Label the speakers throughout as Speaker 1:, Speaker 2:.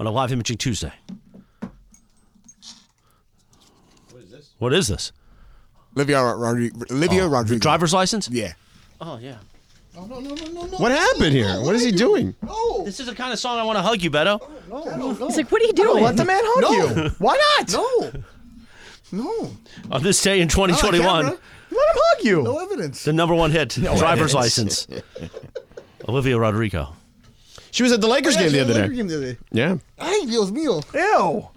Speaker 1: on a live imaging Tuesday. What is this?
Speaker 2: Olivia Rodrigo.
Speaker 3: Oh,
Speaker 2: Olivia Rodrigo.
Speaker 1: Driver's license?
Speaker 2: Yeah.
Speaker 1: Oh yeah.
Speaker 3: What happened here? What is he doing?
Speaker 1: This is the kind of song I want to hug you, Beto.
Speaker 4: He's like, what are you doing?
Speaker 3: Let the man hug
Speaker 2: No.
Speaker 3: you. Why not?
Speaker 2: No. No.
Speaker 1: On this day in 2021,
Speaker 2: camera.
Speaker 3: Let him hug you.
Speaker 2: No evidence.
Speaker 1: the number one hit, driver's
Speaker 3: evidence.
Speaker 1: license. Olivia Rodrigo.
Speaker 3: She was at the Lakers game the other day.
Speaker 2: other day.
Speaker 3: Yeah.
Speaker 2: Ay, Dios mío.
Speaker 3: Ew.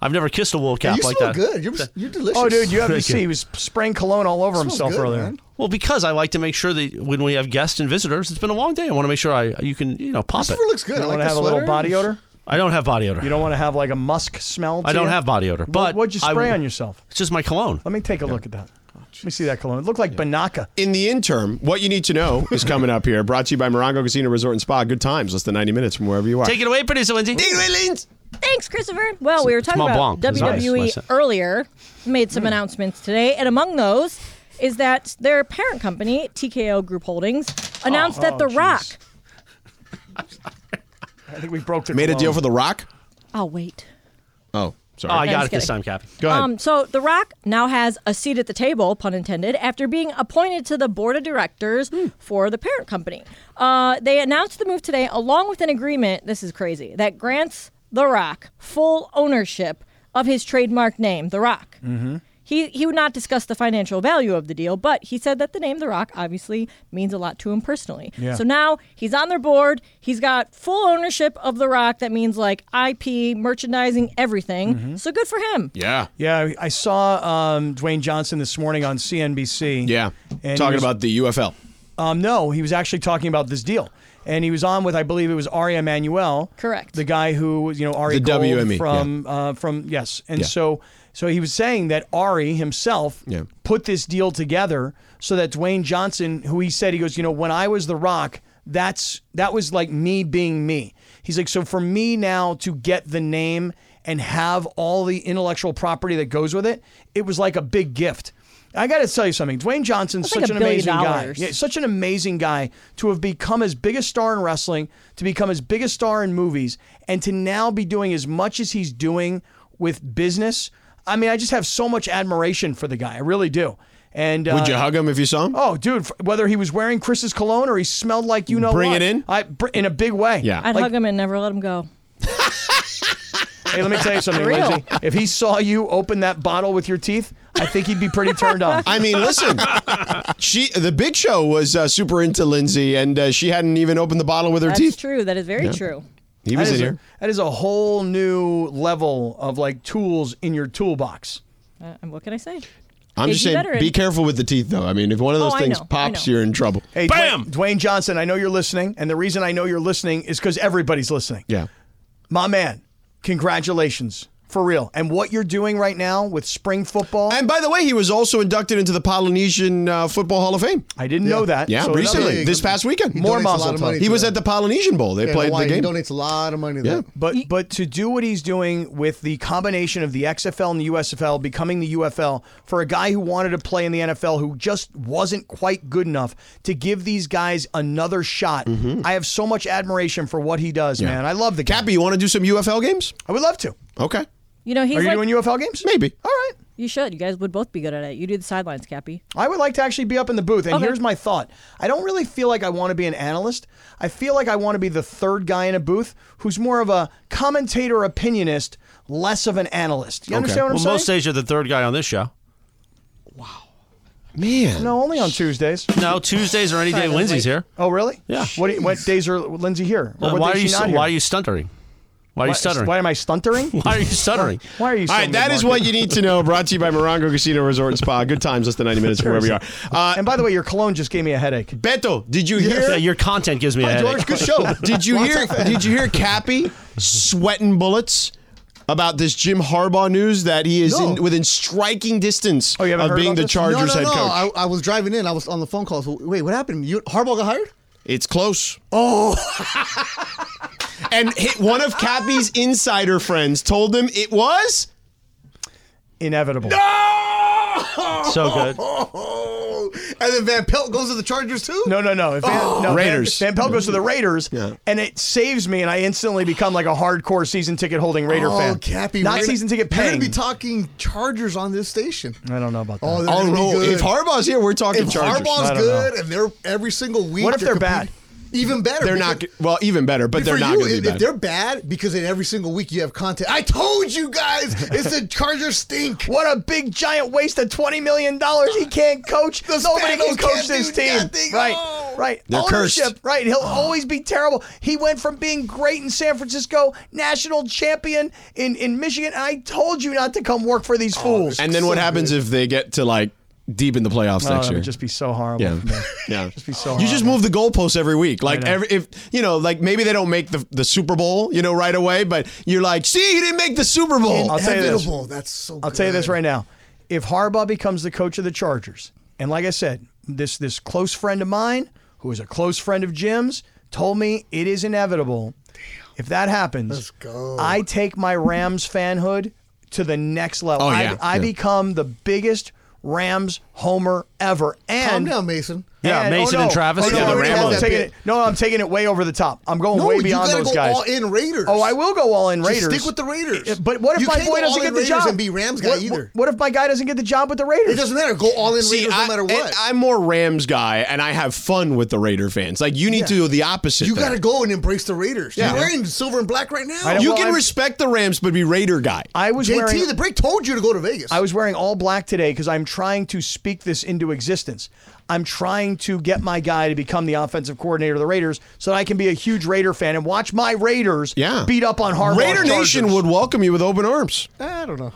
Speaker 1: I've never kissed a wool cap
Speaker 2: you
Speaker 1: like
Speaker 2: smell
Speaker 1: that.
Speaker 2: good. You're, you're delicious.
Speaker 3: Oh, dude, you have to
Speaker 1: Thank you.
Speaker 3: see. He was spraying cologne all over
Speaker 2: You smell
Speaker 3: himself
Speaker 2: good,
Speaker 3: earlier.
Speaker 2: man.
Speaker 1: Well, because I like to make sure that when we have guests and visitors, it's been a long day. I want to make sure I you can you know pop it.
Speaker 2: It looks good. I
Speaker 3: You don't
Speaker 2: like
Speaker 3: want to
Speaker 2: the
Speaker 3: have a little
Speaker 2: sweater.
Speaker 3: body odor.
Speaker 1: I don't have body odor.
Speaker 3: You don't want to have like a musk smell. To
Speaker 1: I don't
Speaker 3: you?
Speaker 1: have body odor. But
Speaker 3: what'd you
Speaker 1: I
Speaker 3: spray
Speaker 1: will-
Speaker 3: on yourself?
Speaker 1: It's just my cologne.
Speaker 3: Let me take a look at that. Let me see that cologne. It looked like Banaka.
Speaker 5: In the interim, what you need to know is coming up here. Brought to you by Morongo Casino Resort and Spa. Good times, less than 90 minutes from wherever you are.
Speaker 1: Take it away, producer Lindsay.
Speaker 4: Thanks, Christopher. Well, we were talking
Speaker 1: Mont
Speaker 4: about
Speaker 1: Blanc. It's nice.
Speaker 4: WWE
Speaker 1: Nice. Mm.
Speaker 4: earlier. Made some announcements today, and among those is that their parent company, TKO Group Holdings, announced that The
Speaker 3: jeez.
Speaker 4: Rock.
Speaker 3: I think we broke the
Speaker 5: Made a
Speaker 3: cologne.
Speaker 5: deal for The Rock?
Speaker 4: I'll wait.
Speaker 5: Oh,
Speaker 1: Oh, I
Speaker 5: sorry.
Speaker 1: got
Speaker 4: just
Speaker 1: it this time,
Speaker 4: kidding.
Speaker 1: Cap.
Speaker 5: Go ahead.
Speaker 4: Um, so The Rock now has a seat at the table, pun intended, after being appointed to the board of directors
Speaker 5: Hmm.
Speaker 4: for the parent company. Uh, they announced the move today, along with an agreement. This is crazy that grants The Rock full ownership of his trademark name, The Rock. Mm-hmm. He, he would not discuss the financial value of the deal, but he said that the name The Rock obviously means a lot to him personally.
Speaker 3: Yeah.
Speaker 4: So now he's on their board. He's got full ownership of The Rock. That means like IP, merchandising, everything. So good for him.
Speaker 5: Mm-hmm. yeah.
Speaker 3: Yeah, I saw um, Dwayne Johnson this morning on CNBC.
Speaker 5: Yeah.
Speaker 3: And
Speaker 5: Talking
Speaker 3: he was-
Speaker 5: about the UFL.
Speaker 3: Um, no, he was actually talking about this deal. And he was on with, I believe it was Ari Emanuel.
Speaker 4: Correct.
Speaker 3: The guy who, was, you know, Ari
Speaker 5: The
Speaker 3: Gold
Speaker 5: WME,
Speaker 3: from, uh, from yes. And
Speaker 5: Yeah.
Speaker 3: so, so he was saying that Ari himself
Speaker 5: Yeah.
Speaker 3: put this deal together so that Dwayne Johnson, who he said, he goes, you know, when I was The Rock, that's, that was like me being me. He's like, so for me now to get the name and have all the intellectual property that goes with it, it was like a big gift. I got to tell you something. Dwayne Johnson's
Speaker 4: That's like
Speaker 3: such
Speaker 4: a
Speaker 3: an
Speaker 4: billion
Speaker 3: amazing guy.
Speaker 4: dollars.
Speaker 3: Yeah, such an amazing guy to have become his biggest star in wrestling, to become his biggest star in movies, and to now be doing as much as he's doing with business. I mean, I just have so much admiration for the guy. I really do. And uh,
Speaker 5: Would you hug him if you saw him?
Speaker 3: Oh, dude! f- Whether he was wearing Chris's cologne or he smelled like you know,
Speaker 5: Bring
Speaker 3: what,
Speaker 5: it in?
Speaker 3: I br- in a big way.
Speaker 5: Yeah.
Speaker 4: I'd
Speaker 3: Like-
Speaker 4: hug him and never let him go.
Speaker 3: Hey, let me tell you something, Lindsay. If he saw you open that bottle with your teeth, I think he'd be pretty turned on.
Speaker 5: I mean, listen. she, the Big Show was uh, super into Lindsay, and uh, she hadn't even opened the bottle with her
Speaker 4: That's
Speaker 5: teeth.
Speaker 4: true. That is very true.
Speaker 5: He
Speaker 3: That
Speaker 5: was in
Speaker 3: is,
Speaker 5: here.
Speaker 3: a, that is a whole new level of like tools in your toolbox.
Speaker 4: Uh, and what can I say?
Speaker 5: I'm
Speaker 4: Is
Speaker 5: just
Speaker 4: he
Speaker 5: saying,
Speaker 4: better?
Speaker 5: be careful with the teeth, though. I mean, if one of those
Speaker 4: Oh, I
Speaker 5: things
Speaker 4: know, I
Speaker 5: pops,
Speaker 4: know.
Speaker 5: you're in trouble.
Speaker 3: Hey,
Speaker 1: Bam!
Speaker 3: Dwayne, Dwayne Johnson, I know you're listening, and the reason I know you're listening is because everybody's listening.
Speaker 5: Yeah.
Speaker 3: My man, congratulations. For real. And what you're doing right now with spring football,
Speaker 5: And by the way, he was also inducted into the Polynesian uh, Football Hall of Fame.
Speaker 3: I didn't know that.
Speaker 5: Yeah,
Speaker 3: So
Speaker 5: recently,
Speaker 2: Yeah,
Speaker 5: this
Speaker 2: he-
Speaker 5: past weekend.
Speaker 2: he
Speaker 3: More
Speaker 2: donates a
Speaker 3: muscle
Speaker 2: lot of
Speaker 3: tone.
Speaker 2: money
Speaker 5: He
Speaker 2: to
Speaker 5: was
Speaker 2: that.
Speaker 5: at the Polynesian Bowl. They
Speaker 2: Yeah, in
Speaker 5: played
Speaker 2: Hawaii.
Speaker 5: the game.
Speaker 2: He donates a lot of money to
Speaker 5: Yeah.
Speaker 2: that.
Speaker 3: But but to do what he's doing with the combination of the XFL and the USFL becoming the UFL for a guy who wanted to play in the NFL who just wasn't quite good enough to give these guys another shot. I have so much admiration for what he does, man. I love the guy.
Speaker 5: Mm-hmm. Cappy, you want to do some UFL games?
Speaker 3: I would love to.
Speaker 5: Okay,
Speaker 4: You know, he's
Speaker 3: Are you
Speaker 4: like,
Speaker 3: doing UFL games?
Speaker 5: maybe.
Speaker 3: All right.
Speaker 4: you should. You guys would both be good at it. You do the sidelines, Cappy.
Speaker 3: I would like to actually be up in the booth. And
Speaker 4: Okay.
Speaker 3: here's my thought I don't really feel like I want to be an analyst. I feel like I want to be the third guy in a booth who's more of a commentator opinionist, less of an analyst. You understand what I'm
Speaker 1: Well,
Speaker 3: saying?
Speaker 1: most days you're the third guy on this show.
Speaker 5: Man,
Speaker 3: no, only on Tuesdays.
Speaker 1: No, Tuesdays or any day
Speaker 4: Sorry,
Speaker 1: Lindsay's
Speaker 4: wait.
Speaker 1: here.
Speaker 3: Oh, really?
Speaker 1: Yeah.
Speaker 3: What, do you- what days are Lindsay here? Or
Speaker 1: Uh,
Speaker 3: what
Speaker 1: why
Speaker 3: day
Speaker 1: are
Speaker 3: is
Speaker 1: you
Speaker 3: she
Speaker 1: so-
Speaker 3: not here?
Speaker 1: why are you stuttering? Why are you stuttering?
Speaker 3: Why am I stuttering?
Speaker 1: Why are you stuttering?
Speaker 3: Why are you?
Speaker 5: All right,
Speaker 3: stuttering,
Speaker 5: that is
Speaker 3: Mark?
Speaker 5: what you need to know. Brought to you by Morongo Casino Resort and Spa. Good times, less than 90 minutes from wherever you are. Uh,
Speaker 3: And by the way, your cologne just gave me a headache.
Speaker 5: Beto, did you hear?
Speaker 1: Yeah, your content gives me a headache.
Speaker 5: George, good show. Did you hear? Did you hear Cappy sweating bullets about this Jim Harbaugh news that he is
Speaker 2: No.
Speaker 5: in, within striking distance
Speaker 3: Oh, you haven't
Speaker 5: of
Speaker 3: heard
Speaker 5: being
Speaker 3: about
Speaker 5: the
Speaker 3: this?
Speaker 2: No, no,
Speaker 5: Chargers
Speaker 2: no.
Speaker 5: head coach?
Speaker 2: I, I was driving in. I was on the phone call. So wait, what happened? You Harbaugh got hired?
Speaker 5: It's close. Oh. and hit one of Cappy's insider friends told him it was.
Speaker 3: Inevitable.
Speaker 1: So good.
Speaker 2: Oh, and then Van Pelt goes to the Chargers too. Oh,
Speaker 3: No, no, no. If Van, no, Van-
Speaker 5: Raiders.
Speaker 3: Van, Pelt goes to the Raiders,
Speaker 5: Yeah.
Speaker 3: and it saves me, and I instantly become like a hardcore season ticket holding Raider
Speaker 2: oh,
Speaker 3: fan.
Speaker 2: Cappy,
Speaker 3: Not
Speaker 2: we're gonna-
Speaker 3: season ticket
Speaker 2: We're
Speaker 3: paying.
Speaker 2: gonna be talking Chargers on this station.
Speaker 3: I don't know about that.
Speaker 2: Oh, they're
Speaker 5: Oh
Speaker 2: gonna be
Speaker 5: no!
Speaker 2: good.
Speaker 5: If Harbaugh's here, we're talking
Speaker 2: if
Speaker 5: Chargers.
Speaker 2: Harbaugh's
Speaker 3: I don't
Speaker 2: good and they're every single week,
Speaker 3: What if they're bad?
Speaker 2: competing- Even better.
Speaker 5: they're
Speaker 2: because-
Speaker 5: not well, even better, but they're
Speaker 2: for
Speaker 5: not
Speaker 2: you,
Speaker 5: going to be
Speaker 2: if,
Speaker 5: bad.
Speaker 2: if they're bad, because in every single week you have content. I told you guys, it's the Chargers stink.
Speaker 3: What a big giant waste of twenty million dollars. He can't coach. Nobody
Speaker 2: Spanos
Speaker 3: can coach
Speaker 2: can't
Speaker 3: this
Speaker 2: do
Speaker 3: team.
Speaker 2: nothing.
Speaker 3: Right.
Speaker 2: Oh.
Speaker 3: Right.
Speaker 5: They're
Speaker 3: Ownership.
Speaker 5: cursed.
Speaker 3: Right. He'll always be terrible. He went from being great in San Francisco, national champion in, in Michigan. I told you not to come work for
Speaker 2: Oh,
Speaker 3: these fools.
Speaker 5: and then what happens if they get to like deep in the playoffs
Speaker 3: Oh,
Speaker 5: next
Speaker 3: that
Speaker 5: year?
Speaker 3: would just be so horrible.
Speaker 5: yeah,
Speaker 3: for me.
Speaker 5: yeah.
Speaker 3: be so
Speaker 5: you just
Speaker 3: horrible.
Speaker 5: move the goalposts every week. Like
Speaker 3: know.
Speaker 5: every if you know, like maybe they don't make the the Super Bowl, you know, right away. But you're like, see, he didn't make the Super Bowl.
Speaker 3: I'll tell you this.
Speaker 2: Inevitable. That's so
Speaker 3: I'll tell you this right now. If Harbaugh becomes the coach of the Chargers, and like I said, this this close friend of mine, who is a close friend of Jim's, told me it is inevitable. If that happens,
Speaker 2: go.
Speaker 3: I take my Rams fanhood to the next level.
Speaker 5: Oh,
Speaker 3: I,
Speaker 5: yeah,
Speaker 3: I
Speaker 5: yeah.
Speaker 3: become the biggest Rams homer ever.
Speaker 2: Calm
Speaker 3: And
Speaker 2: down, Mason.
Speaker 1: Yeah,
Speaker 3: and-
Speaker 1: Mason
Speaker 3: oh, no.
Speaker 1: and Travis.
Speaker 3: Oh, no,
Speaker 5: Yeah, the
Speaker 3: I'm
Speaker 5: Rams.
Speaker 3: taking it- no, I'm taking it way over the top. I'm going
Speaker 2: No,
Speaker 3: way
Speaker 2: you
Speaker 3: beyond
Speaker 2: gotta
Speaker 3: those
Speaker 2: go
Speaker 3: guys.
Speaker 2: all in Raiders.
Speaker 3: Oh, I will go all in Raiders.
Speaker 2: stick with the Raiders.
Speaker 3: Yeah, But what if
Speaker 2: You
Speaker 3: my
Speaker 2: can't go
Speaker 3: boy
Speaker 2: all
Speaker 3: doesn't
Speaker 2: in
Speaker 3: get the
Speaker 2: Raiders
Speaker 3: job?
Speaker 2: and be Rams guy
Speaker 3: What-
Speaker 2: either.
Speaker 3: What if my guy doesn't get the job with the Raiders?
Speaker 2: It doesn't matter. Go all in
Speaker 5: See,
Speaker 2: Raiders
Speaker 5: I,
Speaker 2: no matter
Speaker 5: and
Speaker 2: what.
Speaker 5: I'm more Rams guy, and I have fun with the Raider fans. Like you need to do the opposite.
Speaker 2: you
Speaker 5: there.
Speaker 2: got to go and embrace the Raiders.
Speaker 5: Yeah.
Speaker 2: You're wearing silver and black right now.
Speaker 3: I don't-
Speaker 5: You
Speaker 3: Well,
Speaker 5: can
Speaker 3: I'm-
Speaker 5: respect the Rams, but be Raider guy.
Speaker 3: I was
Speaker 2: JT,
Speaker 3: wearing
Speaker 2: the break told you to go to Vegas.
Speaker 3: I was wearing all black today because I'm trying to speak this into existence. I'm trying to get my guy to become the offensive coordinator of the Raiders so that I can be a huge Raider fan and watch my Raiders
Speaker 5: Yeah.
Speaker 3: beat up on Harbaugh.
Speaker 5: Raider Nation would welcome you with open arms.
Speaker 2: I don't know.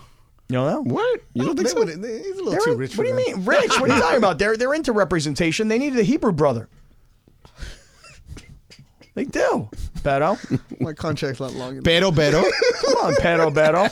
Speaker 3: You know that?
Speaker 5: What? You don't think
Speaker 2: They
Speaker 5: so?
Speaker 2: wouldn't- they- He's a little
Speaker 3: They're-
Speaker 2: too rich.
Speaker 3: what do
Speaker 2: for
Speaker 3: you
Speaker 2: that.
Speaker 3: mean? Rich, what are you talking about? They're they're into representation. They needed a Hebrew brother. They do. Beto.
Speaker 2: My contract's not long enough.
Speaker 5: Pero, pero.
Speaker 3: Come on, Beto Beto.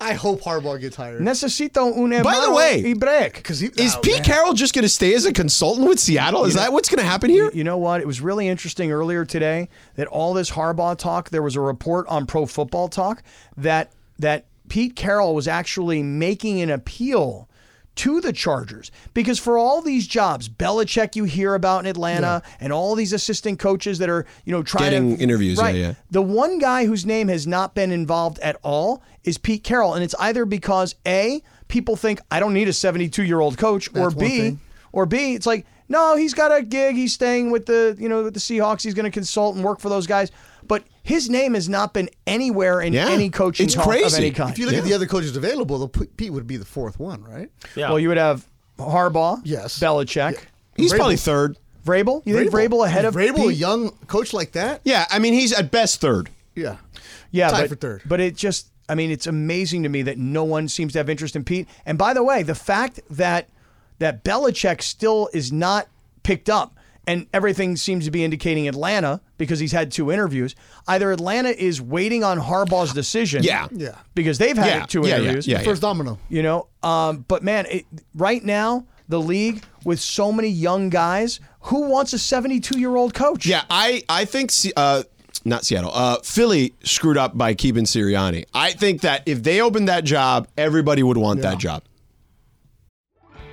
Speaker 2: I hope Harbaugh gets hired.
Speaker 3: Necesito un hermano
Speaker 5: By the way,
Speaker 3: y break.
Speaker 2: Because he
Speaker 5: Is
Speaker 2: oh,
Speaker 5: Pete
Speaker 2: man.
Speaker 5: Carroll just going to stay as a consultant with Seattle? Is that what's going to happen here?
Speaker 3: You know what? It was really interesting earlier today that all this Harbaugh talk. There was a report on Pro Football Talk that that Pete Carroll was actually making an appeal to the Chargers because for all these jobs, Belichick you hear about in Atlanta, and all these assistant coaches that are you know trying
Speaker 5: Getting
Speaker 3: to,
Speaker 5: interviews, yeah,
Speaker 3: Right.
Speaker 5: yeah.
Speaker 3: The one guy whose name has not been involved at all is Pete Carroll, and it's either because a people think I don't need a 72 year old coach, or
Speaker 2: one
Speaker 3: b
Speaker 2: thing.
Speaker 3: or b it's like no, he's got a gig, he's staying with the you know with the Seahawks, he's going to consult and work for those guys, but his name has not been anywhere in
Speaker 5: Yeah.
Speaker 3: any coaching
Speaker 5: It's
Speaker 3: talk of
Speaker 5: crazy.
Speaker 3: any kind.
Speaker 2: If you look at the other coaches available, though, P- Pete would be the fourth one, right?
Speaker 1: Yeah.
Speaker 3: Well, you would have Harbaugh,
Speaker 2: Yes.
Speaker 3: Belichick,
Speaker 5: He's probably third.
Speaker 3: Vrabel. You think Vrabel ahead of
Speaker 2: Vrabel, a
Speaker 3: Pete?
Speaker 2: young coach like that?
Speaker 5: Yeah, I mean, he's at best third.
Speaker 2: Yeah.
Speaker 3: Yeah,
Speaker 2: Tied
Speaker 3: but,
Speaker 2: for third.
Speaker 3: But it just, I mean, it's amazing to me that no one seems to have interest in Pete. And by the way, the fact that that Belichick still is not picked up, and everything seems to be indicating Atlanta because he's had two interviews. Either Atlanta is waiting on Harbaugh's decision,
Speaker 5: Yeah.
Speaker 2: Yeah.
Speaker 3: because they've had
Speaker 5: Yeah,
Speaker 3: two
Speaker 5: yeah, yeah,
Speaker 3: interviews,
Speaker 5: yeah,
Speaker 2: First domino.
Speaker 3: you know. Um, but man, it, right now the league with so many young guys, who wants a seventy-two-year-old coach?
Speaker 5: Yeah, I, I think, Se- uh, not Seattle, uh, Philly screwed up by keeping Sirianni. I think that if they opened that job, everybody would want that job.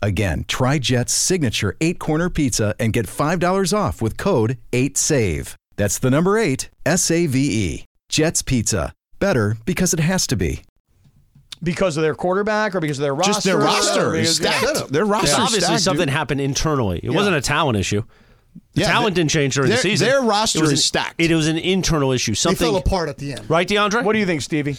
Speaker 6: Again, try Jet's signature eight corner pizza and get $5 off with code 8SAVE. That's the number eight, S A V E. Jet's Pizza. Better because it has to be.
Speaker 3: because of their quarterback or because of their roster.
Speaker 5: Just their roster
Speaker 3: or
Speaker 5: is
Speaker 3: because-
Speaker 5: stacked. Their roster
Speaker 1: It's
Speaker 5: is
Speaker 1: obviously
Speaker 5: stacked,
Speaker 1: something
Speaker 5: dude.
Speaker 1: happened internally. It wasn't a talent issue. The
Speaker 5: Yeah,
Speaker 1: talent
Speaker 5: they-
Speaker 1: didn't change during the
Speaker 5: their-
Speaker 1: season.
Speaker 5: their roster
Speaker 1: It was
Speaker 5: is
Speaker 1: an-
Speaker 5: stacked.
Speaker 1: It was an internal issue.
Speaker 2: They
Speaker 1: Something
Speaker 2: fell apart at the end.
Speaker 1: right, DeAndre?
Speaker 3: What do you think, Stevie?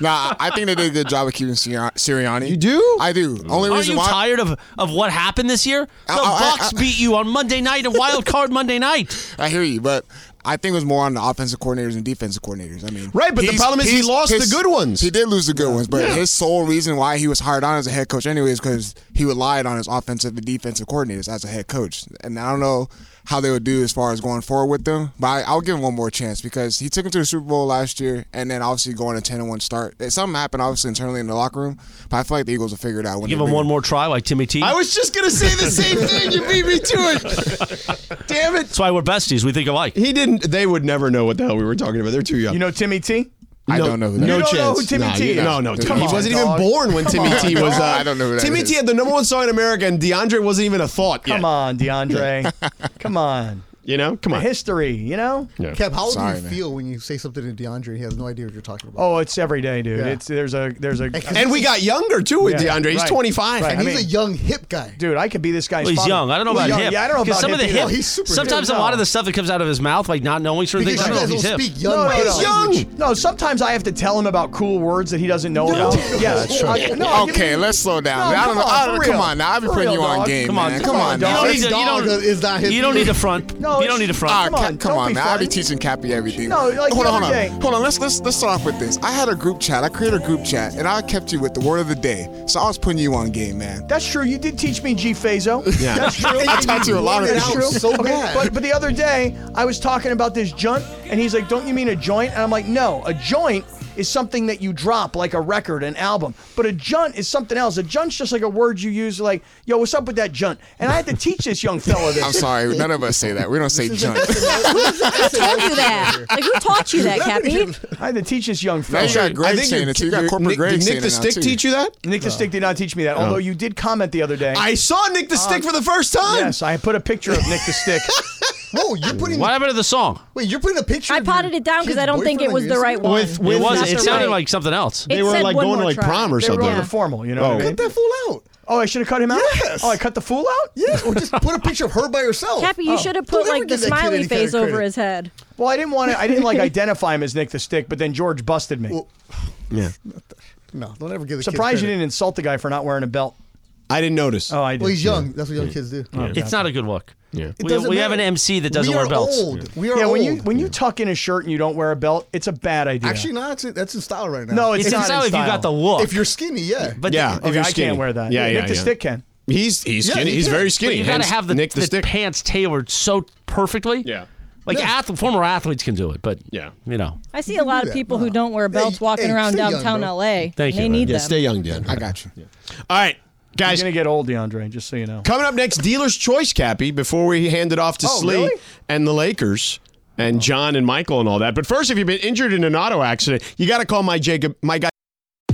Speaker 7: Nah, I think they did a good job of keeping Siri- Sirianni.
Speaker 5: You do?
Speaker 7: I do. Only
Speaker 1: Are
Speaker 7: reason
Speaker 1: you
Speaker 7: why
Speaker 1: tired of, of what happened this year? The
Speaker 7: I- I-
Speaker 1: Bucks
Speaker 7: I-
Speaker 1: beat you on Monday night, a wild card Monday night.
Speaker 7: I hear you, but I think it was more on the offensive coordinators and defensive coordinators. I mean,
Speaker 5: Right, but the
Speaker 7: he's-
Speaker 5: problem is he
Speaker 7: he's-
Speaker 5: lost the good ones.
Speaker 7: He did lose the good ones, but his sole reason why he was hired on as a head coach, anyway, is because he relied on his offensive and defensive coordinators as a head coach. And I don't know how they would do as far as going forward with them, but I, I'll give him one more chance because he took him to the Super Bowl last year, and then obviously going a ten and one start. Something happened obviously internally in the locker room, but I feel like the Eagles will figure it out. When
Speaker 1: Give
Speaker 7: they
Speaker 1: him
Speaker 7: bring
Speaker 1: one more try like Timmy T.
Speaker 5: I was just gonna say the same thing. You beat me to it. Damn it.
Speaker 1: That's why we're besties. We think alike.
Speaker 5: He didn't. They would never know what the hell we were talking about. They're too young.
Speaker 3: You know Timmy T?
Speaker 7: I don't know who that
Speaker 5: no
Speaker 3: You
Speaker 5: chance.
Speaker 3: don't know who Timmy
Speaker 5: Nah,
Speaker 3: T
Speaker 5: you-
Speaker 3: is.
Speaker 5: No, no.
Speaker 3: Come
Speaker 5: he
Speaker 3: on,
Speaker 5: wasn't
Speaker 3: dog.
Speaker 5: even born when Timmy T was. Uh,
Speaker 7: I don't know who that
Speaker 5: Timmy
Speaker 7: is.
Speaker 5: T had the number one song in America, and DeAndre wasn't even a thought yet.
Speaker 3: Come on, DeAndre. Come on.
Speaker 5: You know, come
Speaker 3: The
Speaker 5: on.
Speaker 3: history, you know?
Speaker 2: Kev, how do
Speaker 7: Sorry,
Speaker 2: you
Speaker 7: man.
Speaker 2: feel when you say something to DeAndre and he has no idea what you're talking about?
Speaker 3: Oh, it's every day, dude. It's there's a there's a
Speaker 5: and we got younger too with
Speaker 3: Yeah,
Speaker 5: DeAndre. He's
Speaker 3: right.
Speaker 5: 25.
Speaker 3: Right.
Speaker 2: and
Speaker 3: I
Speaker 2: he's
Speaker 3: mean-
Speaker 2: a young hip guy.
Speaker 3: dude, I could be this guy's
Speaker 1: Well, he's
Speaker 3: father.
Speaker 1: young. I don't know
Speaker 3: Well,
Speaker 1: about
Speaker 3: young.
Speaker 1: him.
Speaker 3: Yeah, I don't know about
Speaker 1: Because some of
Speaker 3: him
Speaker 1: the
Speaker 3: either.
Speaker 1: hip.
Speaker 2: He's super
Speaker 1: sometimes
Speaker 3: hip.
Speaker 1: a lot of
Speaker 3: No.
Speaker 1: the stuff that comes out of his mouth, like not knowing certain
Speaker 2: Because
Speaker 1: things. I
Speaker 2: you
Speaker 1: don't know
Speaker 2: guys
Speaker 1: if
Speaker 2: don't
Speaker 1: he's hip.
Speaker 2: speak young.
Speaker 3: No, no,
Speaker 2: He's
Speaker 3: no.
Speaker 2: young.
Speaker 3: No, sometimes I have to tell him about cool words that he doesn't know about. Yeah, that's true. no, I give
Speaker 7: Okay,
Speaker 3: him-
Speaker 7: let's slow down.
Speaker 3: No,
Speaker 7: I don't
Speaker 3: come
Speaker 7: know.
Speaker 3: on,
Speaker 7: I
Speaker 3: for
Speaker 7: don't- come
Speaker 3: real.
Speaker 7: on now. I've been
Speaker 3: For
Speaker 7: putting
Speaker 3: real,
Speaker 7: you on
Speaker 3: dog.
Speaker 7: game,
Speaker 1: Come on,
Speaker 7: man.
Speaker 1: come
Speaker 7: Come on,
Speaker 3: on, dog.
Speaker 7: now.
Speaker 1: You don't
Speaker 2: His
Speaker 1: need to- you
Speaker 2: dog
Speaker 1: don't-
Speaker 2: is not hip.
Speaker 1: You don't need to front.
Speaker 3: No,
Speaker 1: you
Speaker 3: it's-
Speaker 1: don't need to front.
Speaker 7: Ah,
Speaker 3: Come
Speaker 7: ca-
Speaker 3: on,
Speaker 7: come
Speaker 3: don't
Speaker 7: on,
Speaker 3: be
Speaker 7: man. I'll be
Speaker 3: funny.
Speaker 7: teaching Cappy everything.
Speaker 3: No, like
Speaker 7: hold
Speaker 3: the
Speaker 7: on, hold
Speaker 3: other
Speaker 7: on,
Speaker 3: day.
Speaker 7: hold on. Let's let's let's start off with this. I had a group chat. I created a group chat, and I kept you with the word of the day. So I was putting you on game, man.
Speaker 3: That's true. You did teach me G Fazo. Yeah. That's true.
Speaker 7: I taught you a lot of
Speaker 3: That's
Speaker 7: things.
Speaker 3: true.
Speaker 2: So
Speaker 3: Okay,
Speaker 2: bad.
Speaker 3: But, but the other day, I was talking about this junt, and he's like, Don't you mean a joint? And I'm like, No, a joint is something that you drop, like a record, an album. But a junt is something else. A junt's just like a word you use, like, Yo, what's up with that junt? And I had to teach this young fella this.
Speaker 7: I'm sorry, none of us say that. We don't say junk.
Speaker 4: Taught you that? Like who taught you that, Cappy?
Speaker 3: I had to teach this young
Speaker 7: Now
Speaker 3: fella.
Speaker 7: you got
Speaker 5: I
Speaker 7: Greg
Speaker 5: think
Speaker 7: saying
Speaker 5: you're,
Speaker 7: it too. You got
Speaker 5: you're-
Speaker 7: corporate
Speaker 5: Nick,
Speaker 7: Greg
Speaker 5: did
Speaker 7: saying
Speaker 5: Nick the
Speaker 7: it now,
Speaker 5: Stick
Speaker 7: too.
Speaker 5: teach you that?
Speaker 3: Nick the Stick did not teach me that, although you did comment the other day.
Speaker 5: I saw Nick the Stick for the first time.
Speaker 3: yes, I put a picture of Nick the Stick.
Speaker 2: Whoa, you're putting
Speaker 1: What happened to the song?
Speaker 2: wait, you're putting a picture.
Speaker 4: I
Speaker 2: of your
Speaker 4: potted it down because
Speaker 2: kid's
Speaker 4: I don't think it
Speaker 2: boyfriend
Speaker 4: was
Speaker 2: on
Speaker 4: the
Speaker 2: your
Speaker 4: right
Speaker 2: Instagram?
Speaker 4: one.
Speaker 5: With- with-
Speaker 1: It was.
Speaker 4: not
Speaker 1: It
Speaker 4: the
Speaker 1: sounded
Speaker 4: right-
Speaker 1: like something else.
Speaker 4: It
Speaker 5: were,
Speaker 4: said
Speaker 5: like,
Speaker 4: one
Speaker 5: going to,
Speaker 4: more
Speaker 5: like,
Speaker 4: try.
Speaker 5: prom or
Speaker 3: They were
Speaker 5: something.
Speaker 3: on
Speaker 4: Yeah.
Speaker 3: the formal, you know what I
Speaker 2: Cut
Speaker 3: mean?
Speaker 2: that fool out.
Speaker 3: Oh, I should have cut him out?
Speaker 2: Yes.
Speaker 3: Oh, I cut the fool out?
Speaker 2: Yeah, or just put a picture of her by herself. Oh,
Speaker 4: Cappy, you should have put
Speaker 2: Don't ever
Speaker 4: like the
Speaker 2: give that kid any
Speaker 4: smiley
Speaker 2: kind of
Speaker 4: face over
Speaker 2: credit.
Speaker 4: his head.
Speaker 3: Well, I didn't want to. I didn't like identify him as Nick the Stick, but then George busted me.
Speaker 5: Yeah.
Speaker 2: No, don't ever give the kid
Speaker 3: Surprised you
Speaker 2: credit.
Speaker 3: didn't insult the guy for not wearing a belt.
Speaker 5: I didn't notice.
Speaker 3: Oh, I did.
Speaker 2: Well, he's young. That's what young kids do.
Speaker 1: It's not a good look.
Speaker 5: Yeah. It
Speaker 1: We,
Speaker 2: doesn't
Speaker 1: we have an
Speaker 2: matter.
Speaker 1: MC that doesn't
Speaker 2: we
Speaker 1: wear
Speaker 2: are
Speaker 1: belts.
Speaker 2: Old. We are
Speaker 3: yeah, when you
Speaker 2: old.
Speaker 3: when you tuck in a shirt and you don't wear a belt, it's a bad idea.
Speaker 2: Actually, no, that's it. That's in style right now.
Speaker 3: no, it's,
Speaker 1: It's
Speaker 3: not
Speaker 1: not
Speaker 3: in
Speaker 1: if you
Speaker 3: style.
Speaker 1: got the look.
Speaker 2: if you're skinny, yeah.
Speaker 1: but
Speaker 5: yeah.
Speaker 3: Okay,
Speaker 5: if you're
Speaker 3: I
Speaker 5: skinny.
Speaker 3: can't wear that.
Speaker 5: Yeah, yeah,
Speaker 3: Nick the
Speaker 5: yeah.
Speaker 3: Stick can.
Speaker 5: He's he's
Speaker 2: Yeah,
Speaker 5: skinny.
Speaker 2: he
Speaker 5: he's
Speaker 2: can.
Speaker 5: very
Speaker 2: But
Speaker 5: skinny.
Speaker 1: you got to
Speaker 5: hence
Speaker 1: have the,
Speaker 5: Nick the,
Speaker 1: the
Speaker 5: Stick.
Speaker 1: pants tailored so perfectly.
Speaker 5: Yeah.
Speaker 1: Like
Speaker 2: Yeah.
Speaker 1: ath- former athletes can do it, but
Speaker 5: Yeah.
Speaker 1: you know.
Speaker 4: I see a lot of
Speaker 2: do that.
Speaker 4: people who don't wear belts
Speaker 2: you-
Speaker 4: walking
Speaker 2: hey,
Speaker 4: around
Speaker 2: stay young,
Speaker 4: downtown
Speaker 2: bro.
Speaker 4: LA.
Speaker 1: Thank
Speaker 4: they
Speaker 1: you,
Speaker 4: need
Speaker 1: man.
Speaker 5: Yeah,
Speaker 4: them.
Speaker 5: stay young, Dan.
Speaker 7: I got you.
Speaker 5: All right,
Speaker 3: You're
Speaker 5: guys.
Speaker 3: gonna get old, DeAndre. Just so you know.
Speaker 5: Coming up next, dealer's choice, Cappy, before we hand it off to
Speaker 3: Oh,
Speaker 5: Slee
Speaker 3: really?
Speaker 5: and the Lakers and John and Michael and all that. But first, if you've been injured in an auto accident, you got to call my Jacob, my guy.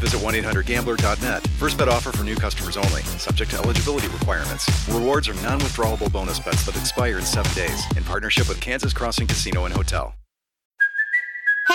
Speaker 6: visit 1 800 Gambler.net. First bet offer for new customers only, subject to eligibility requirements. Rewards are non withdrawable bonus bets that expire in seven days in partnership with Kansas Crossing Casino and Hotel.
Speaker 8: Hey,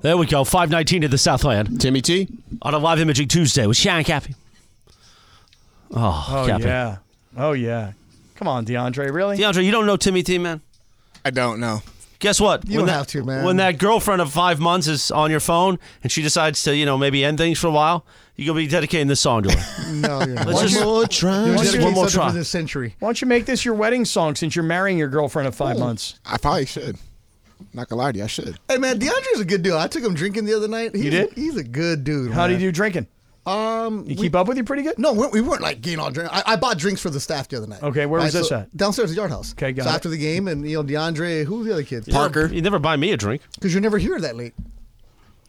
Speaker 1: There we go. 519 at the Southland
Speaker 5: Timmy T.
Speaker 1: on a live imaging Tuesday with Shannon Cappy. Oh,
Speaker 3: Oh
Speaker 1: Cappy.
Speaker 3: yeah. Oh yeah. Come on, DeAndre. Really?
Speaker 1: DeAndre, you don't know Timmy T, man?
Speaker 7: I don't know.
Speaker 1: Guess what?
Speaker 2: You don't have to, man.
Speaker 1: When that girlfriend of five months is on your phone and she decides to, you know, maybe end things for a while, you're going to be dedicating this song to her.
Speaker 2: No, you're not.
Speaker 1: Let's just-
Speaker 5: more try.
Speaker 2: You're
Speaker 1: One
Speaker 2: dedicating
Speaker 1: more
Speaker 2: something
Speaker 1: try.
Speaker 2: for this century.
Speaker 3: Why don't you make this your wedding song since you're marrying your girlfriend of five months?
Speaker 7: I probably should. Not gonna lie to you, I should.
Speaker 2: Hey man, DeAndre's a good dude. I took him drinking the other night. He's,
Speaker 3: did?
Speaker 2: He's a good dude.
Speaker 3: How do
Speaker 2: man.
Speaker 3: you do drinking?
Speaker 2: Um,
Speaker 3: You keep up with you pretty good?
Speaker 2: No, we, we weren't like getting all drink. I, I bought drinks for the staff the other night.
Speaker 3: Okay, where was this
Speaker 2: so
Speaker 3: at?
Speaker 2: Downstairs at Yard House.
Speaker 3: Okay, got
Speaker 2: so
Speaker 3: it.
Speaker 2: after the game, and you know DeAndre, who were the other kids?
Speaker 5: Parker.
Speaker 1: You never buy me a drink.
Speaker 2: because you're never here that late.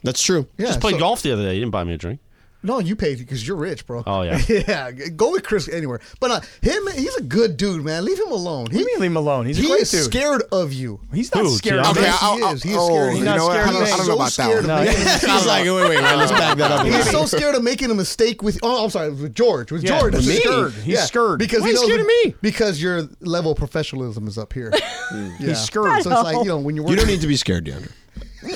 Speaker 5: That's true.
Speaker 2: Yeah,
Speaker 1: Just played
Speaker 2: so-
Speaker 1: golf the other day. You didn't buy me a drink.
Speaker 2: No, you paid because you're rich, bro.
Speaker 1: Oh, yeah.
Speaker 2: yeah. g- Go with Chris anywhere, but uh, him, he's a good dude, man. Leave him alone. He,
Speaker 3: do you mean leave him alone? He's a
Speaker 2: he
Speaker 3: great
Speaker 2: is
Speaker 3: dude.
Speaker 2: scared of you.
Speaker 3: He's not
Speaker 1: Who,
Speaker 3: scared.
Speaker 1: DeAndre?
Speaker 3: of
Speaker 7: Okay,
Speaker 3: me.
Speaker 2: Yes,
Speaker 7: I'll,
Speaker 2: he
Speaker 7: I'll,
Speaker 2: is. He is
Speaker 7: oh,
Speaker 2: scared. He's
Speaker 7: you
Speaker 3: not
Speaker 7: know what?
Speaker 3: scared
Speaker 7: I
Speaker 3: of
Speaker 7: don't, I
Speaker 3: me.
Speaker 7: don't know
Speaker 2: So
Speaker 7: about
Speaker 2: scared of
Speaker 7: that
Speaker 2: me.
Speaker 7: one.
Speaker 3: No,
Speaker 7: I was like, wait, wait, wait, let's back that up. a little
Speaker 2: He's
Speaker 7: bit.
Speaker 2: so scared of making a mistake with. Oh, I'm sorry, with George. With
Speaker 3: Yeah,
Speaker 2: George,
Speaker 3: with
Speaker 2: he's
Speaker 3: me.
Speaker 2: scared.
Speaker 3: He's scared.
Speaker 2: because
Speaker 3: Why
Speaker 2: he
Speaker 3: is he
Speaker 2: knows
Speaker 3: scared of me?
Speaker 2: Because your level of professionalism is up here. Yeah.
Speaker 3: He's scared.
Speaker 2: So it's like you know when you're
Speaker 5: You
Speaker 2: working-
Speaker 5: don't need to be scared, DeAndre.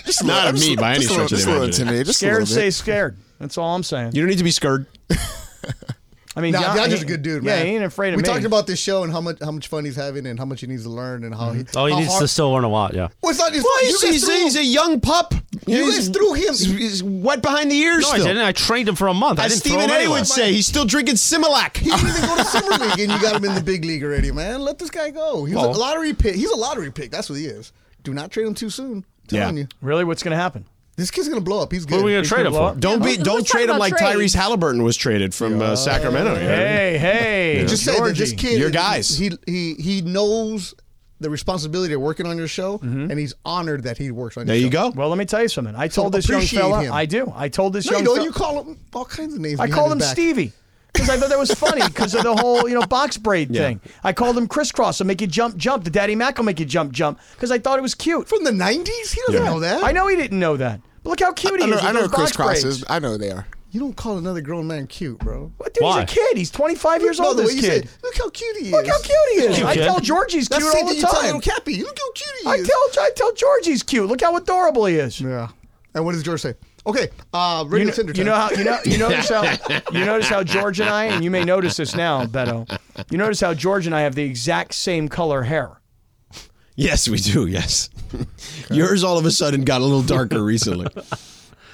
Speaker 7: Just a
Speaker 5: Not
Speaker 7: little-
Speaker 5: of me
Speaker 7: just a-
Speaker 5: by any
Speaker 7: just a little-
Speaker 5: stretch of the
Speaker 7: Just a little
Speaker 5: imagination.
Speaker 7: intimidated. Just a
Speaker 3: Scared,
Speaker 7: little
Speaker 3: say
Speaker 7: bit.
Speaker 3: scared. That's all I'm saying.
Speaker 5: You don't need to be scared.
Speaker 3: I mean,
Speaker 2: Nah,
Speaker 3: Deon-
Speaker 2: DeAndre's a
Speaker 3: he-
Speaker 2: good dude,
Speaker 3: yeah,
Speaker 2: man.
Speaker 3: he ain't afraid of
Speaker 2: we
Speaker 3: me.
Speaker 2: We talked about this show and how much how much fun he's having and how much he needs to learn and how he.
Speaker 3: Mm-hmm.
Speaker 1: Oh, he
Speaker 2: how
Speaker 1: needs
Speaker 2: hard-
Speaker 1: to still learn a lot. Yeah.
Speaker 2: Well, it's not his
Speaker 5: Well,
Speaker 2: fault. You
Speaker 5: he's,
Speaker 2: guys
Speaker 5: he's,
Speaker 2: threw
Speaker 5: he's
Speaker 2: him.
Speaker 5: a young pup.
Speaker 2: You
Speaker 5: He's-
Speaker 2: guys threw him.
Speaker 5: He's, he's wet behind the ears.
Speaker 1: No, I
Speaker 5: still.
Speaker 1: didn't. I trained him for a month. I
Speaker 5: As
Speaker 1: didn't throw him
Speaker 5: Stephen A.
Speaker 1: anywhere.
Speaker 5: would say, he's still drinking Similac.
Speaker 2: He didn't even go to summer league, and you got him in the big league already, man. Let this guy go. He's
Speaker 1: Well-
Speaker 2: a lottery pick. He's a lottery pick. That's what he is. Do not trade him too soon. Telling
Speaker 5: Yeah.
Speaker 2: you,
Speaker 3: Really, what's going to happen?
Speaker 2: this kid's gonna blow up. He's good.
Speaker 1: What are we going to
Speaker 2: He's
Speaker 1: trade him
Speaker 3: gonna
Speaker 1: for?
Speaker 3: blow up.
Speaker 5: Don't
Speaker 4: Yeah,
Speaker 5: be.
Speaker 4: let's
Speaker 5: Don't
Speaker 4: talk
Speaker 5: trade him
Speaker 4: about
Speaker 5: like
Speaker 4: trades.
Speaker 5: Tyrese Halliburton was traded from uh, Sacramento. you know?
Speaker 3: Hey, hey,
Speaker 2: just say that this
Speaker 3: Georgie.
Speaker 2: kid,
Speaker 5: Your guys.
Speaker 2: He he he knows the responsibility of working on your show, and he's honored that he works on.
Speaker 5: There
Speaker 2: your
Speaker 5: you
Speaker 2: show.
Speaker 5: go.
Speaker 3: Well, let me tell Mm-hmm. you something. I told this young
Speaker 2: appreciate
Speaker 3: fella.
Speaker 2: him.
Speaker 3: I do. I told this
Speaker 2: No,
Speaker 3: young
Speaker 2: you know
Speaker 3: fella.
Speaker 2: you call him all kinds of names.
Speaker 3: I
Speaker 2: behind
Speaker 3: called
Speaker 2: his
Speaker 3: him
Speaker 2: back.
Speaker 3: Stevie because I thought that was funny because of the whole you know box braid thing. I called him crisscross. I'll make you jump, jump. The Daddy Mac will make you jump, jump because I thought it was cute.
Speaker 2: from the nineties. He doesn't know that.
Speaker 3: I know he didn't know that. But look how cute
Speaker 7: I
Speaker 3: he
Speaker 7: know,
Speaker 3: is.
Speaker 7: I know
Speaker 3: with those
Speaker 7: Chris
Speaker 3: box
Speaker 7: Cross
Speaker 3: braids.
Speaker 7: is. I know they are.
Speaker 2: You don't call another grown man cute, bro.
Speaker 3: What, dude,
Speaker 1: Why?
Speaker 3: He's a kid. He's 25 years
Speaker 2: No,
Speaker 3: old.
Speaker 2: the way
Speaker 3: This
Speaker 2: you
Speaker 3: kid.
Speaker 2: say, look how cute he is.
Speaker 3: Look how cute he is.
Speaker 1: Cute
Speaker 3: I
Speaker 1: kid.
Speaker 3: tell George he's
Speaker 2: That's
Speaker 3: cute
Speaker 2: the
Speaker 3: all
Speaker 2: thing
Speaker 3: the
Speaker 2: you tell
Speaker 3: time.
Speaker 2: little Cappy. Look how cute he
Speaker 3: I
Speaker 2: is.
Speaker 3: tell I tell George he's cute. Look how adorable he is.
Speaker 2: Yeah. And what does George say? Okay, uh,
Speaker 3: You
Speaker 2: radio
Speaker 3: know,
Speaker 2: Cinder
Speaker 3: you know
Speaker 2: time.
Speaker 3: how you know you notice how you notice how George and I and you may notice this now, Beto. You notice how George and I have the exact same color hair.
Speaker 5: Yes, we do. Yes. Yours all of a sudden got a little darker recently.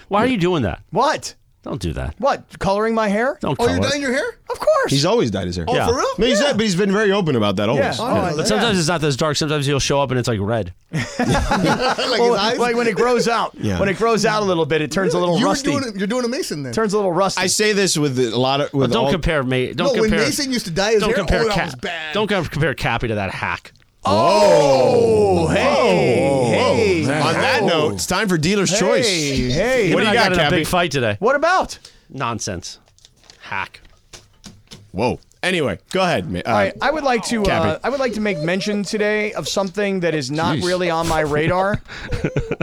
Speaker 1: Why are you doing that?
Speaker 3: What?
Speaker 1: Don't do that.
Speaker 3: What? Coloring my hair?
Speaker 1: Don't
Speaker 2: Oh,
Speaker 1: color
Speaker 2: you're
Speaker 1: it.
Speaker 2: dyeing your hair?
Speaker 3: Of course.
Speaker 5: He's always dyed his hair.
Speaker 1: Yeah.
Speaker 2: For real?
Speaker 5: But he's, but he's been very open about that
Speaker 3: yeah.
Speaker 5: always.
Speaker 3: Oh, I
Speaker 1: But
Speaker 3: like
Speaker 1: sometimes
Speaker 3: that.
Speaker 1: it's not this dark. Sometimes he'll show up and it's like red.
Speaker 2: like
Speaker 3: Well,
Speaker 2: his eyes?
Speaker 3: like when it grows out.
Speaker 5: Yeah.
Speaker 3: When it grows out a little bit, it turns a little
Speaker 2: you were
Speaker 3: rusty.
Speaker 2: Doing, a- you're doing a Mason then.
Speaker 3: turns a little rusty.
Speaker 5: I say this with a lot of with
Speaker 1: Don't
Speaker 5: all,
Speaker 1: compare me. Don't
Speaker 2: no, when
Speaker 1: compare.
Speaker 2: Mason used to dye his
Speaker 1: don't
Speaker 2: hair,
Speaker 1: compare.
Speaker 2: oh, that
Speaker 1: Cap-
Speaker 2: was bad.
Speaker 1: Don't com- compare Cappy to that hack.
Speaker 3: oh, hey, hey,
Speaker 5: On that note, it's time for dealer's choice.
Speaker 3: hey, hey.
Speaker 5: What do
Speaker 1: Him and
Speaker 5: you
Speaker 1: I
Speaker 5: got,
Speaker 1: in a
Speaker 5: Cappy?
Speaker 1: big fight today.
Speaker 3: What about?
Speaker 1: Nonsense. Hack.
Speaker 5: Whoa. Anyway, go ahead. ma- Uh,
Speaker 3: All right, I would like to. Uh,
Speaker 5: Cappy.
Speaker 3: I would like to make mention today of something that is not really on my radar.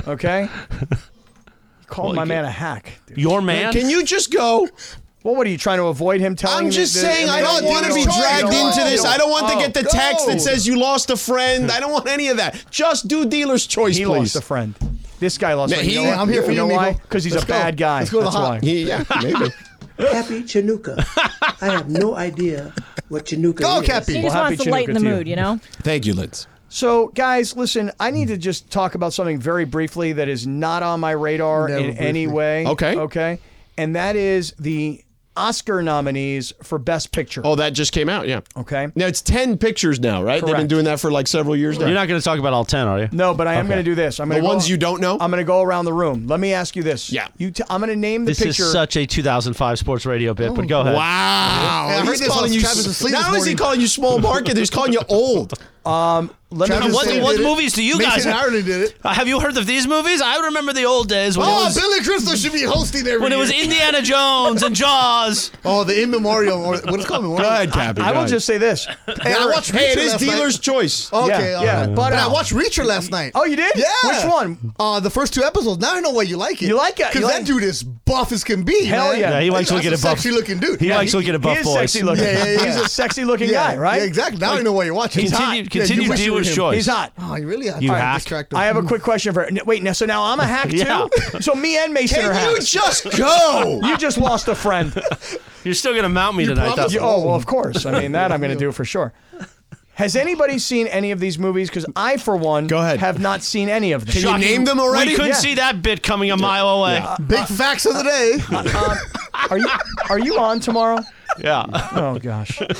Speaker 3: Okay. You called my man a hack. dude.
Speaker 1: Your man.
Speaker 5: Can you just go?
Speaker 3: Well, what are you trying to avoid him telling?
Speaker 5: I'm just
Speaker 3: the- the-
Speaker 5: saying, I
Speaker 3: mean,
Speaker 5: don't
Speaker 3: you
Speaker 5: want to be
Speaker 3: you
Speaker 5: dragged
Speaker 3: don't-
Speaker 5: into this.
Speaker 3: you
Speaker 5: I don't want to
Speaker 3: oh,
Speaker 5: get the text
Speaker 3: go.
Speaker 5: that says you lost a friend. I don't want any of that. Just do dealer's choice,
Speaker 3: He
Speaker 5: please.
Speaker 3: lost a friend. This guy lost.
Speaker 5: Now,
Speaker 3: a friend.
Speaker 5: he-
Speaker 3: You know what?
Speaker 5: I'm here for
Speaker 3: you.
Speaker 5: you,
Speaker 3: Know
Speaker 2: Migo.
Speaker 3: why? Because he's
Speaker 2: Let's
Speaker 3: a
Speaker 2: go.
Speaker 3: bad guy.
Speaker 2: Let's go to the
Speaker 3: That's
Speaker 2: hot.
Speaker 3: why.
Speaker 5: He- yeah, maybe.
Speaker 9: Happy Chinooka. I have no idea what Chinooka
Speaker 2: Go,
Speaker 9: is.
Speaker 2: Cappy.
Speaker 4: He
Speaker 3: Well,
Speaker 4: just
Speaker 3: happy
Speaker 4: wants to lighten the
Speaker 3: Chinooka to you.
Speaker 4: mood, you know?
Speaker 5: Thank you, Liz.
Speaker 3: So, guys, listen. I need to just talk about something very briefly that is not on my radar
Speaker 2: Never
Speaker 3: in any
Speaker 2: briefly.
Speaker 3: way.
Speaker 5: Okay.
Speaker 3: Okay. And that is the Oscar nominees for Best Picture.
Speaker 5: Oh, that just came out. Yeah.
Speaker 3: Okay.
Speaker 5: Now it's ten pictures now, right? They've been
Speaker 3: Correct.
Speaker 5: doing that for like several years now.
Speaker 3: You're
Speaker 1: not going to talk about all ten, are you?
Speaker 3: No, but I am
Speaker 5: Okay.
Speaker 3: going to do this. I'm going
Speaker 5: The ones you don't know.
Speaker 3: I'm going to go around the room. Let me ask you this. Yeah. You. T- I'm going to name the
Speaker 1: This
Speaker 3: picture.
Speaker 1: is such a 2005 sports radio bit, but go ahead.
Speaker 5: Oh, Wow. Yeah, I heard He's this calling on you Travis s- Lee this not only is he morning. calling you small market, he's calling you old.
Speaker 3: Um, let me
Speaker 1: Now,
Speaker 3: just
Speaker 1: what,
Speaker 3: say-
Speaker 1: what movies do you
Speaker 3: Mason
Speaker 1: guys?
Speaker 3: Ireland
Speaker 2: did it.
Speaker 1: have you heard of these movies? I remember the old days when it
Speaker 2: Oh,
Speaker 1: was
Speaker 2: Billy Crystal should be hosting every
Speaker 1: when it was
Speaker 2: year.
Speaker 1: Indiana Jones and Jaws.
Speaker 2: Oh, the in memoriam. or- What is it called? Go ahead,
Speaker 5: Cappy.
Speaker 3: I will just say this.
Speaker 2: Yeah, I watched
Speaker 3: Hey, it
Speaker 2: Reacher
Speaker 3: is
Speaker 2: last
Speaker 3: dealer's
Speaker 2: night.
Speaker 5: choice.
Speaker 2: Okay,
Speaker 3: Yeah,
Speaker 2: all
Speaker 3: yeah.
Speaker 2: right.
Speaker 3: But,
Speaker 2: But I
Speaker 3: uh,
Speaker 2: watched Reacher last night.
Speaker 3: Oh, you did?
Speaker 2: Yeah.
Speaker 3: Which one?
Speaker 2: Uh, the first two episodes. Now I know why you like it. You
Speaker 3: like it? You
Speaker 2: because
Speaker 3: like-
Speaker 2: that dude is buff as can be.
Speaker 3: Hell
Speaker 2: man.
Speaker 3: yeah. Yeah, he likes
Speaker 2: That's
Speaker 3: looking
Speaker 2: a
Speaker 3: at buff-
Speaker 2: Sexy looking dude.
Speaker 1: He likes looking at buff
Speaker 3: he is
Speaker 1: boys.
Speaker 3: sexy looking.
Speaker 2: Yeah, yeah, yeah.
Speaker 3: He's a sexy looking
Speaker 2: Yeah,
Speaker 3: guy, right?
Speaker 2: yeah, exactly. Now I know why you watch him.
Speaker 3: He's hot.
Speaker 1: Continue- continue
Speaker 3: wish you
Speaker 1: dealer's
Speaker 3: were him.
Speaker 1: choice.
Speaker 3: He's hot.
Speaker 2: Oh, you really? I
Speaker 1: You
Speaker 2: thought I
Speaker 1: hack.
Speaker 2: distracted.
Speaker 3: I have a quick question for. n- Wait, now so now I'm a hack too.
Speaker 1: Yeah.
Speaker 3: So me and Mason
Speaker 2: Can
Speaker 3: are
Speaker 2: you
Speaker 3: hacks.
Speaker 2: just go?
Speaker 3: you just lost a friend.
Speaker 1: You're still gonna mount me tonight, though.
Speaker 3: You- oh well, of course. I mean that I'm going to do for sure. Has anybody seen any of these movies? Because I, for one, go ahead. have not seen any of them.
Speaker 1: Shocking. We couldn't
Speaker 3: Yeah.
Speaker 1: see that bit coming a mile away.
Speaker 2: Big facts of the day.
Speaker 3: Are you are you on tomorrow?
Speaker 1: Yeah.
Speaker 3: Oh gosh.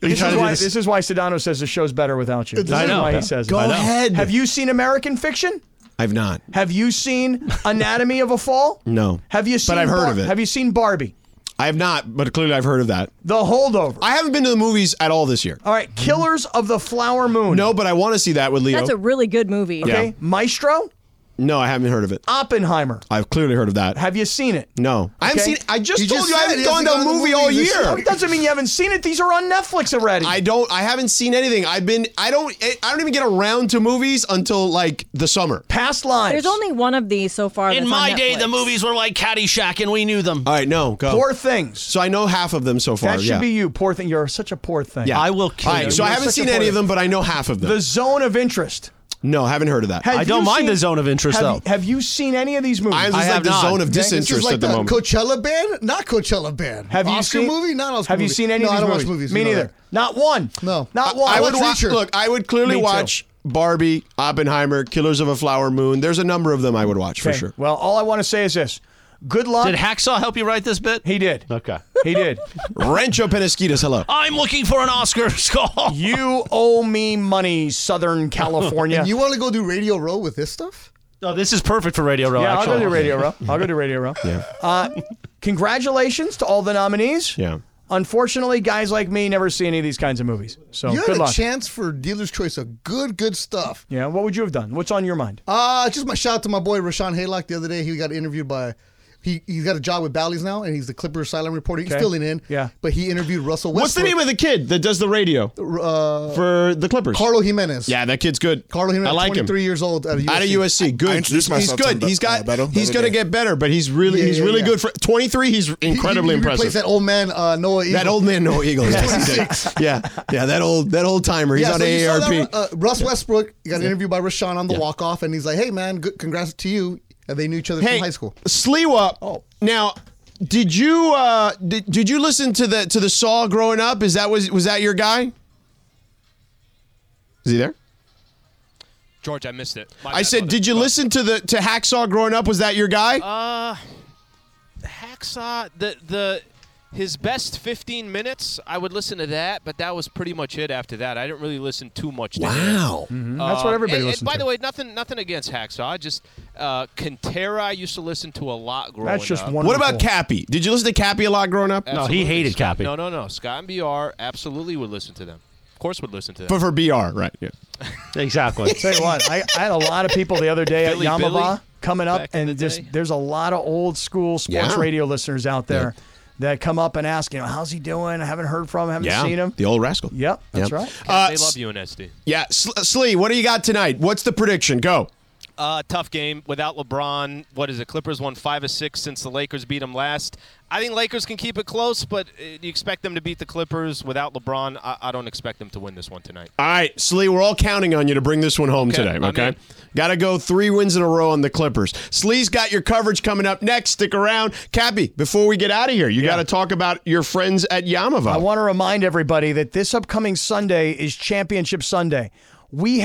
Speaker 3: This
Speaker 1: trying
Speaker 3: is,
Speaker 1: to do
Speaker 3: why,
Speaker 1: this-
Speaker 3: this is why Sedano says the show's better without you. This
Speaker 1: I
Speaker 3: is
Speaker 1: know.
Speaker 3: why he says. it.
Speaker 1: Go I know. ahead.
Speaker 3: Have you seen American Fiction?
Speaker 5: I've not.
Speaker 3: Have you seen Anatomy of a Fall?
Speaker 5: No.
Speaker 3: Have you seen
Speaker 5: I've heard
Speaker 3: Bar-
Speaker 5: of it.
Speaker 3: Have you seen Barbie?
Speaker 5: I have not, but clearly I've heard of that.
Speaker 3: The Holdover.
Speaker 5: I haven't been to the movies at all this year.
Speaker 3: All right, Killers of the Flower Moon.
Speaker 5: No, but I want to see that with Leo.
Speaker 4: That's a really good movie.
Speaker 5: Yeah.
Speaker 3: Okay, Maestro,
Speaker 5: no, I haven't heard of it.
Speaker 3: Oppenheimer.
Speaker 5: I've clearly heard of that.
Speaker 3: Have you seen it?
Speaker 5: no, I haven't
Speaker 3: Okay.
Speaker 5: seen. I just
Speaker 2: You
Speaker 5: told
Speaker 2: just
Speaker 5: you I
Speaker 2: said
Speaker 5: haven't
Speaker 2: he hasn't
Speaker 5: gone to a
Speaker 2: gone to the
Speaker 5: movie
Speaker 2: movies
Speaker 5: all
Speaker 2: this
Speaker 5: year.
Speaker 2: year.
Speaker 3: That doesn't mean you haven't seen it. These are on Netflix already.
Speaker 5: I don't. I haven't seen anything. I've been. I don't. I I don't even get around to movies until like the summer.
Speaker 3: Past lives.
Speaker 4: There's only one of these so far.
Speaker 1: In
Speaker 4: that's on
Speaker 1: my day, the
Speaker 4: Netflix.
Speaker 1: movies were like Caddyshack, and we knew them.
Speaker 5: All right, no, go.
Speaker 3: poor things.
Speaker 5: Oh. so I know half of them so far.
Speaker 3: That should
Speaker 5: yeah.
Speaker 3: be you. Poor thing. You're such a poor thing.
Speaker 5: Yeah.
Speaker 1: I will kill
Speaker 5: All right,
Speaker 1: you.
Speaker 5: so I
Speaker 3: You're
Speaker 5: haven't
Speaker 3: such a
Speaker 5: seen any
Speaker 3: poor-
Speaker 5: of them, but I know half of them.
Speaker 3: The zone of interest.
Speaker 5: no, haven't heard of that.
Speaker 3: Have
Speaker 1: I don't
Speaker 3: you
Speaker 1: mind
Speaker 3: seen-
Speaker 1: the zone of interest,
Speaker 3: have,
Speaker 1: though.
Speaker 3: Have you seen any of these movies?
Speaker 5: I'm
Speaker 1: I
Speaker 5: just
Speaker 1: have
Speaker 5: like the
Speaker 1: not.
Speaker 5: zone of
Speaker 1: Dang, this
Speaker 2: This is
Speaker 5: disinterest
Speaker 2: like
Speaker 5: at the
Speaker 2: the
Speaker 5: moment.
Speaker 2: Coachella band, not Coachella band.
Speaker 3: Have you
Speaker 2: Oscar
Speaker 3: seen
Speaker 2: movie? Not Oscar
Speaker 3: Have you
Speaker 2: movie.
Speaker 3: seen any
Speaker 2: no,
Speaker 3: of
Speaker 2: I
Speaker 3: these
Speaker 2: don't
Speaker 3: movies?
Speaker 2: watch movies.
Speaker 3: Me
Speaker 2: you know
Speaker 3: neither. Not one.
Speaker 2: No.
Speaker 3: Not one.
Speaker 5: I would
Speaker 2: watch
Speaker 5: watch.
Speaker 2: Reacher.
Speaker 5: Look, I would clearly
Speaker 3: Me too.
Speaker 5: watch Barbie, Oppenheimer, Killers of a Flower Moon. There's a number of them I would watch for
Speaker 3: Okay,
Speaker 5: sure.
Speaker 3: Well, all I want to say is this. Good luck.
Speaker 1: Did Hacksaw help you write this bit?
Speaker 3: he did.
Speaker 1: Okay.
Speaker 3: He did.
Speaker 5: Rancho Penasquitas, hello.
Speaker 3: Uh,
Speaker 1: I'm looking for an Oscar score.
Speaker 3: you owe me money, Southern California.
Speaker 2: You want to go do Radio Row with this stuff?
Speaker 1: No, this is perfect for Radio Row.
Speaker 3: yeah, I'll go
Speaker 1: actually.
Speaker 3: to Radio Row. I'll go to Radio Row. Yeah. Uh, congratulations to all the nominees.
Speaker 5: Yeah.
Speaker 3: Unfortunately, guys like me never see any of these kinds of movies. So
Speaker 2: You
Speaker 3: Oh, good
Speaker 2: had a
Speaker 3: luck.
Speaker 2: chance for dealer's choice of good, good stuff.
Speaker 3: yeah. What would you have done? What's on your mind?
Speaker 2: Uh just my shout out to my boy Rashawn Haylock the other day. He got interviewed by he he's got a job with Bally's now, and he's the Clipper Asylum reporter. He's
Speaker 3: Okay.
Speaker 2: filling in.
Speaker 3: Yeah.
Speaker 2: but he interviewed Russell Westbrook.
Speaker 5: What's the name of the kid that does the radio
Speaker 2: uh,
Speaker 5: for the Clippers?
Speaker 2: Carlo Jimenez?
Speaker 5: Yeah, that kid's good.
Speaker 2: Carlo Jimenez.
Speaker 5: I like him.
Speaker 2: 23 years old out of USC.
Speaker 5: Out of USC, good.
Speaker 7: I introduced
Speaker 5: he's
Speaker 7: myself to
Speaker 5: good.
Speaker 7: him,
Speaker 5: he's
Speaker 7: uh,
Speaker 5: got.
Speaker 7: Beto, the
Speaker 5: he's
Speaker 7: other
Speaker 5: gonna
Speaker 7: day.
Speaker 5: get better, but he's really
Speaker 2: Yeah,
Speaker 5: he's
Speaker 2: yeah,
Speaker 5: really
Speaker 2: yeah.
Speaker 5: good for 23. He's
Speaker 2: He- he-
Speaker 5: incredibly
Speaker 2: he,
Speaker 5: impressive.
Speaker 2: Replaced that old man uh, Noah.
Speaker 5: That
Speaker 2: Eagle.
Speaker 5: old man, no Eagle. Yes, he did. yeah, yeah, that old that old timer. He's
Speaker 2: yeah,
Speaker 5: on
Speaker 2: so you saw
Speaker 5: AARP.
Speaker 2: that, uh, Russ Westbrook got interviewed by Rashawn on the walk off, and he's like, "Hey man, good, congrats to you." And they knew each other
Speaker 5: hey,
Speaker 2: from high school. Oh.
Speaker 5: Sliwa. Now, did you uh, did, did you listen to the to the Saw growing up? Is that was was that your guy? Is he there?
Speaker 10: George, I missed it. My
Speaker 5: I
Speaker 10: bad,
Speaker 5: said,
Speaker 10: brother.
Speaker 5: did you listen to the to Hacksaw growing up? Was that your guy?
Speaker 7: Uh,
Speaker 10: Hacksaw the the his best 15 minutes? I would listen to that, but that was pretty much it. After that, I didn't really listen too much. To him.
Speaker 7: Mm-hmm.
Speaker 3: That's what
Speaker 10: Um,
Speaker 3: everybody
Speaker 10: and,
Speaker 3: listens
Speaker 10: and by
Speaker 3: to.
Speaker 10: the way, nothing nothing against Hacksaw. Just uh, Cantera, I used to listen to a lot growing
Speaker 3: That's just
Speaker 10: up.
Speaker 3: one.
Speaker 5: What about Cappy? Did you listen to Cappy a lot growing up?
Speaker 1: No, he
Speaker 10: Absolutely.
Speaker 1: hated
Speaker 10: Scott-
Speaker 1: Cappy.
Speaker 10: No, no, no. Scott and BR absolutely would listen to them. Of course, would listen to them.
Speaker 5: But for BR, right? Yeah.
Speaker 1: Exactly.
Speaker 3: Tell you what, I, I had a lot of people the other day
Speaker 10: Billy
Speaker 3: at Yamava
Speaker 10: Billy,
Speaker 3: coming up,
Speaker 10: back in
Speaker 3: and
Speaker 10: the
Speaker 3: just
Speaker 10: day.
Speaker 3: there's a lot of old school sports
Speaker 5: Yeah.
Speaker 3: radio listeners out there that come up and ask, you know, how's he doing? I haven't heard from him, haven't seen him.
Speaker 5: The old rascal.
Speaker 3: Yep, that's
Speaker 5: Yep.
Speaker 3: right.
Speaker 5: Uh,
Speaker 10: they
Speaker 5: S-
Speaker 10: love UNSD.
Speaker 5: yeah. Sl- Slee, what do you got tonight? What's the prediction? Go.
Speaker 10: Uh, tough game without LeBron. What is it? Clippers won five of six since the Lakers beat them last. I think Lakers can keep it close, but uh, you expect them to beat the Clippers without LeBron. I, I don't expect them to win this one tonight.
Speaker 5: All right, Slee, we're all counting on you to bring this one home
Speaker 10: Okay,
Speaker 5: today,
Speaker 10: I'm
Speaker 5: okay?
Speaker 10: in.
Speaker 5: Got to go three wins in a row on the Clippers. Slee's got your coverage coming up next. Stick around. Cappy, before we get out of here, you got to talk about your friends at Yamava.
Speaker 3: I want to remind everybody that this upcoming Sunday is Championship Sunday. We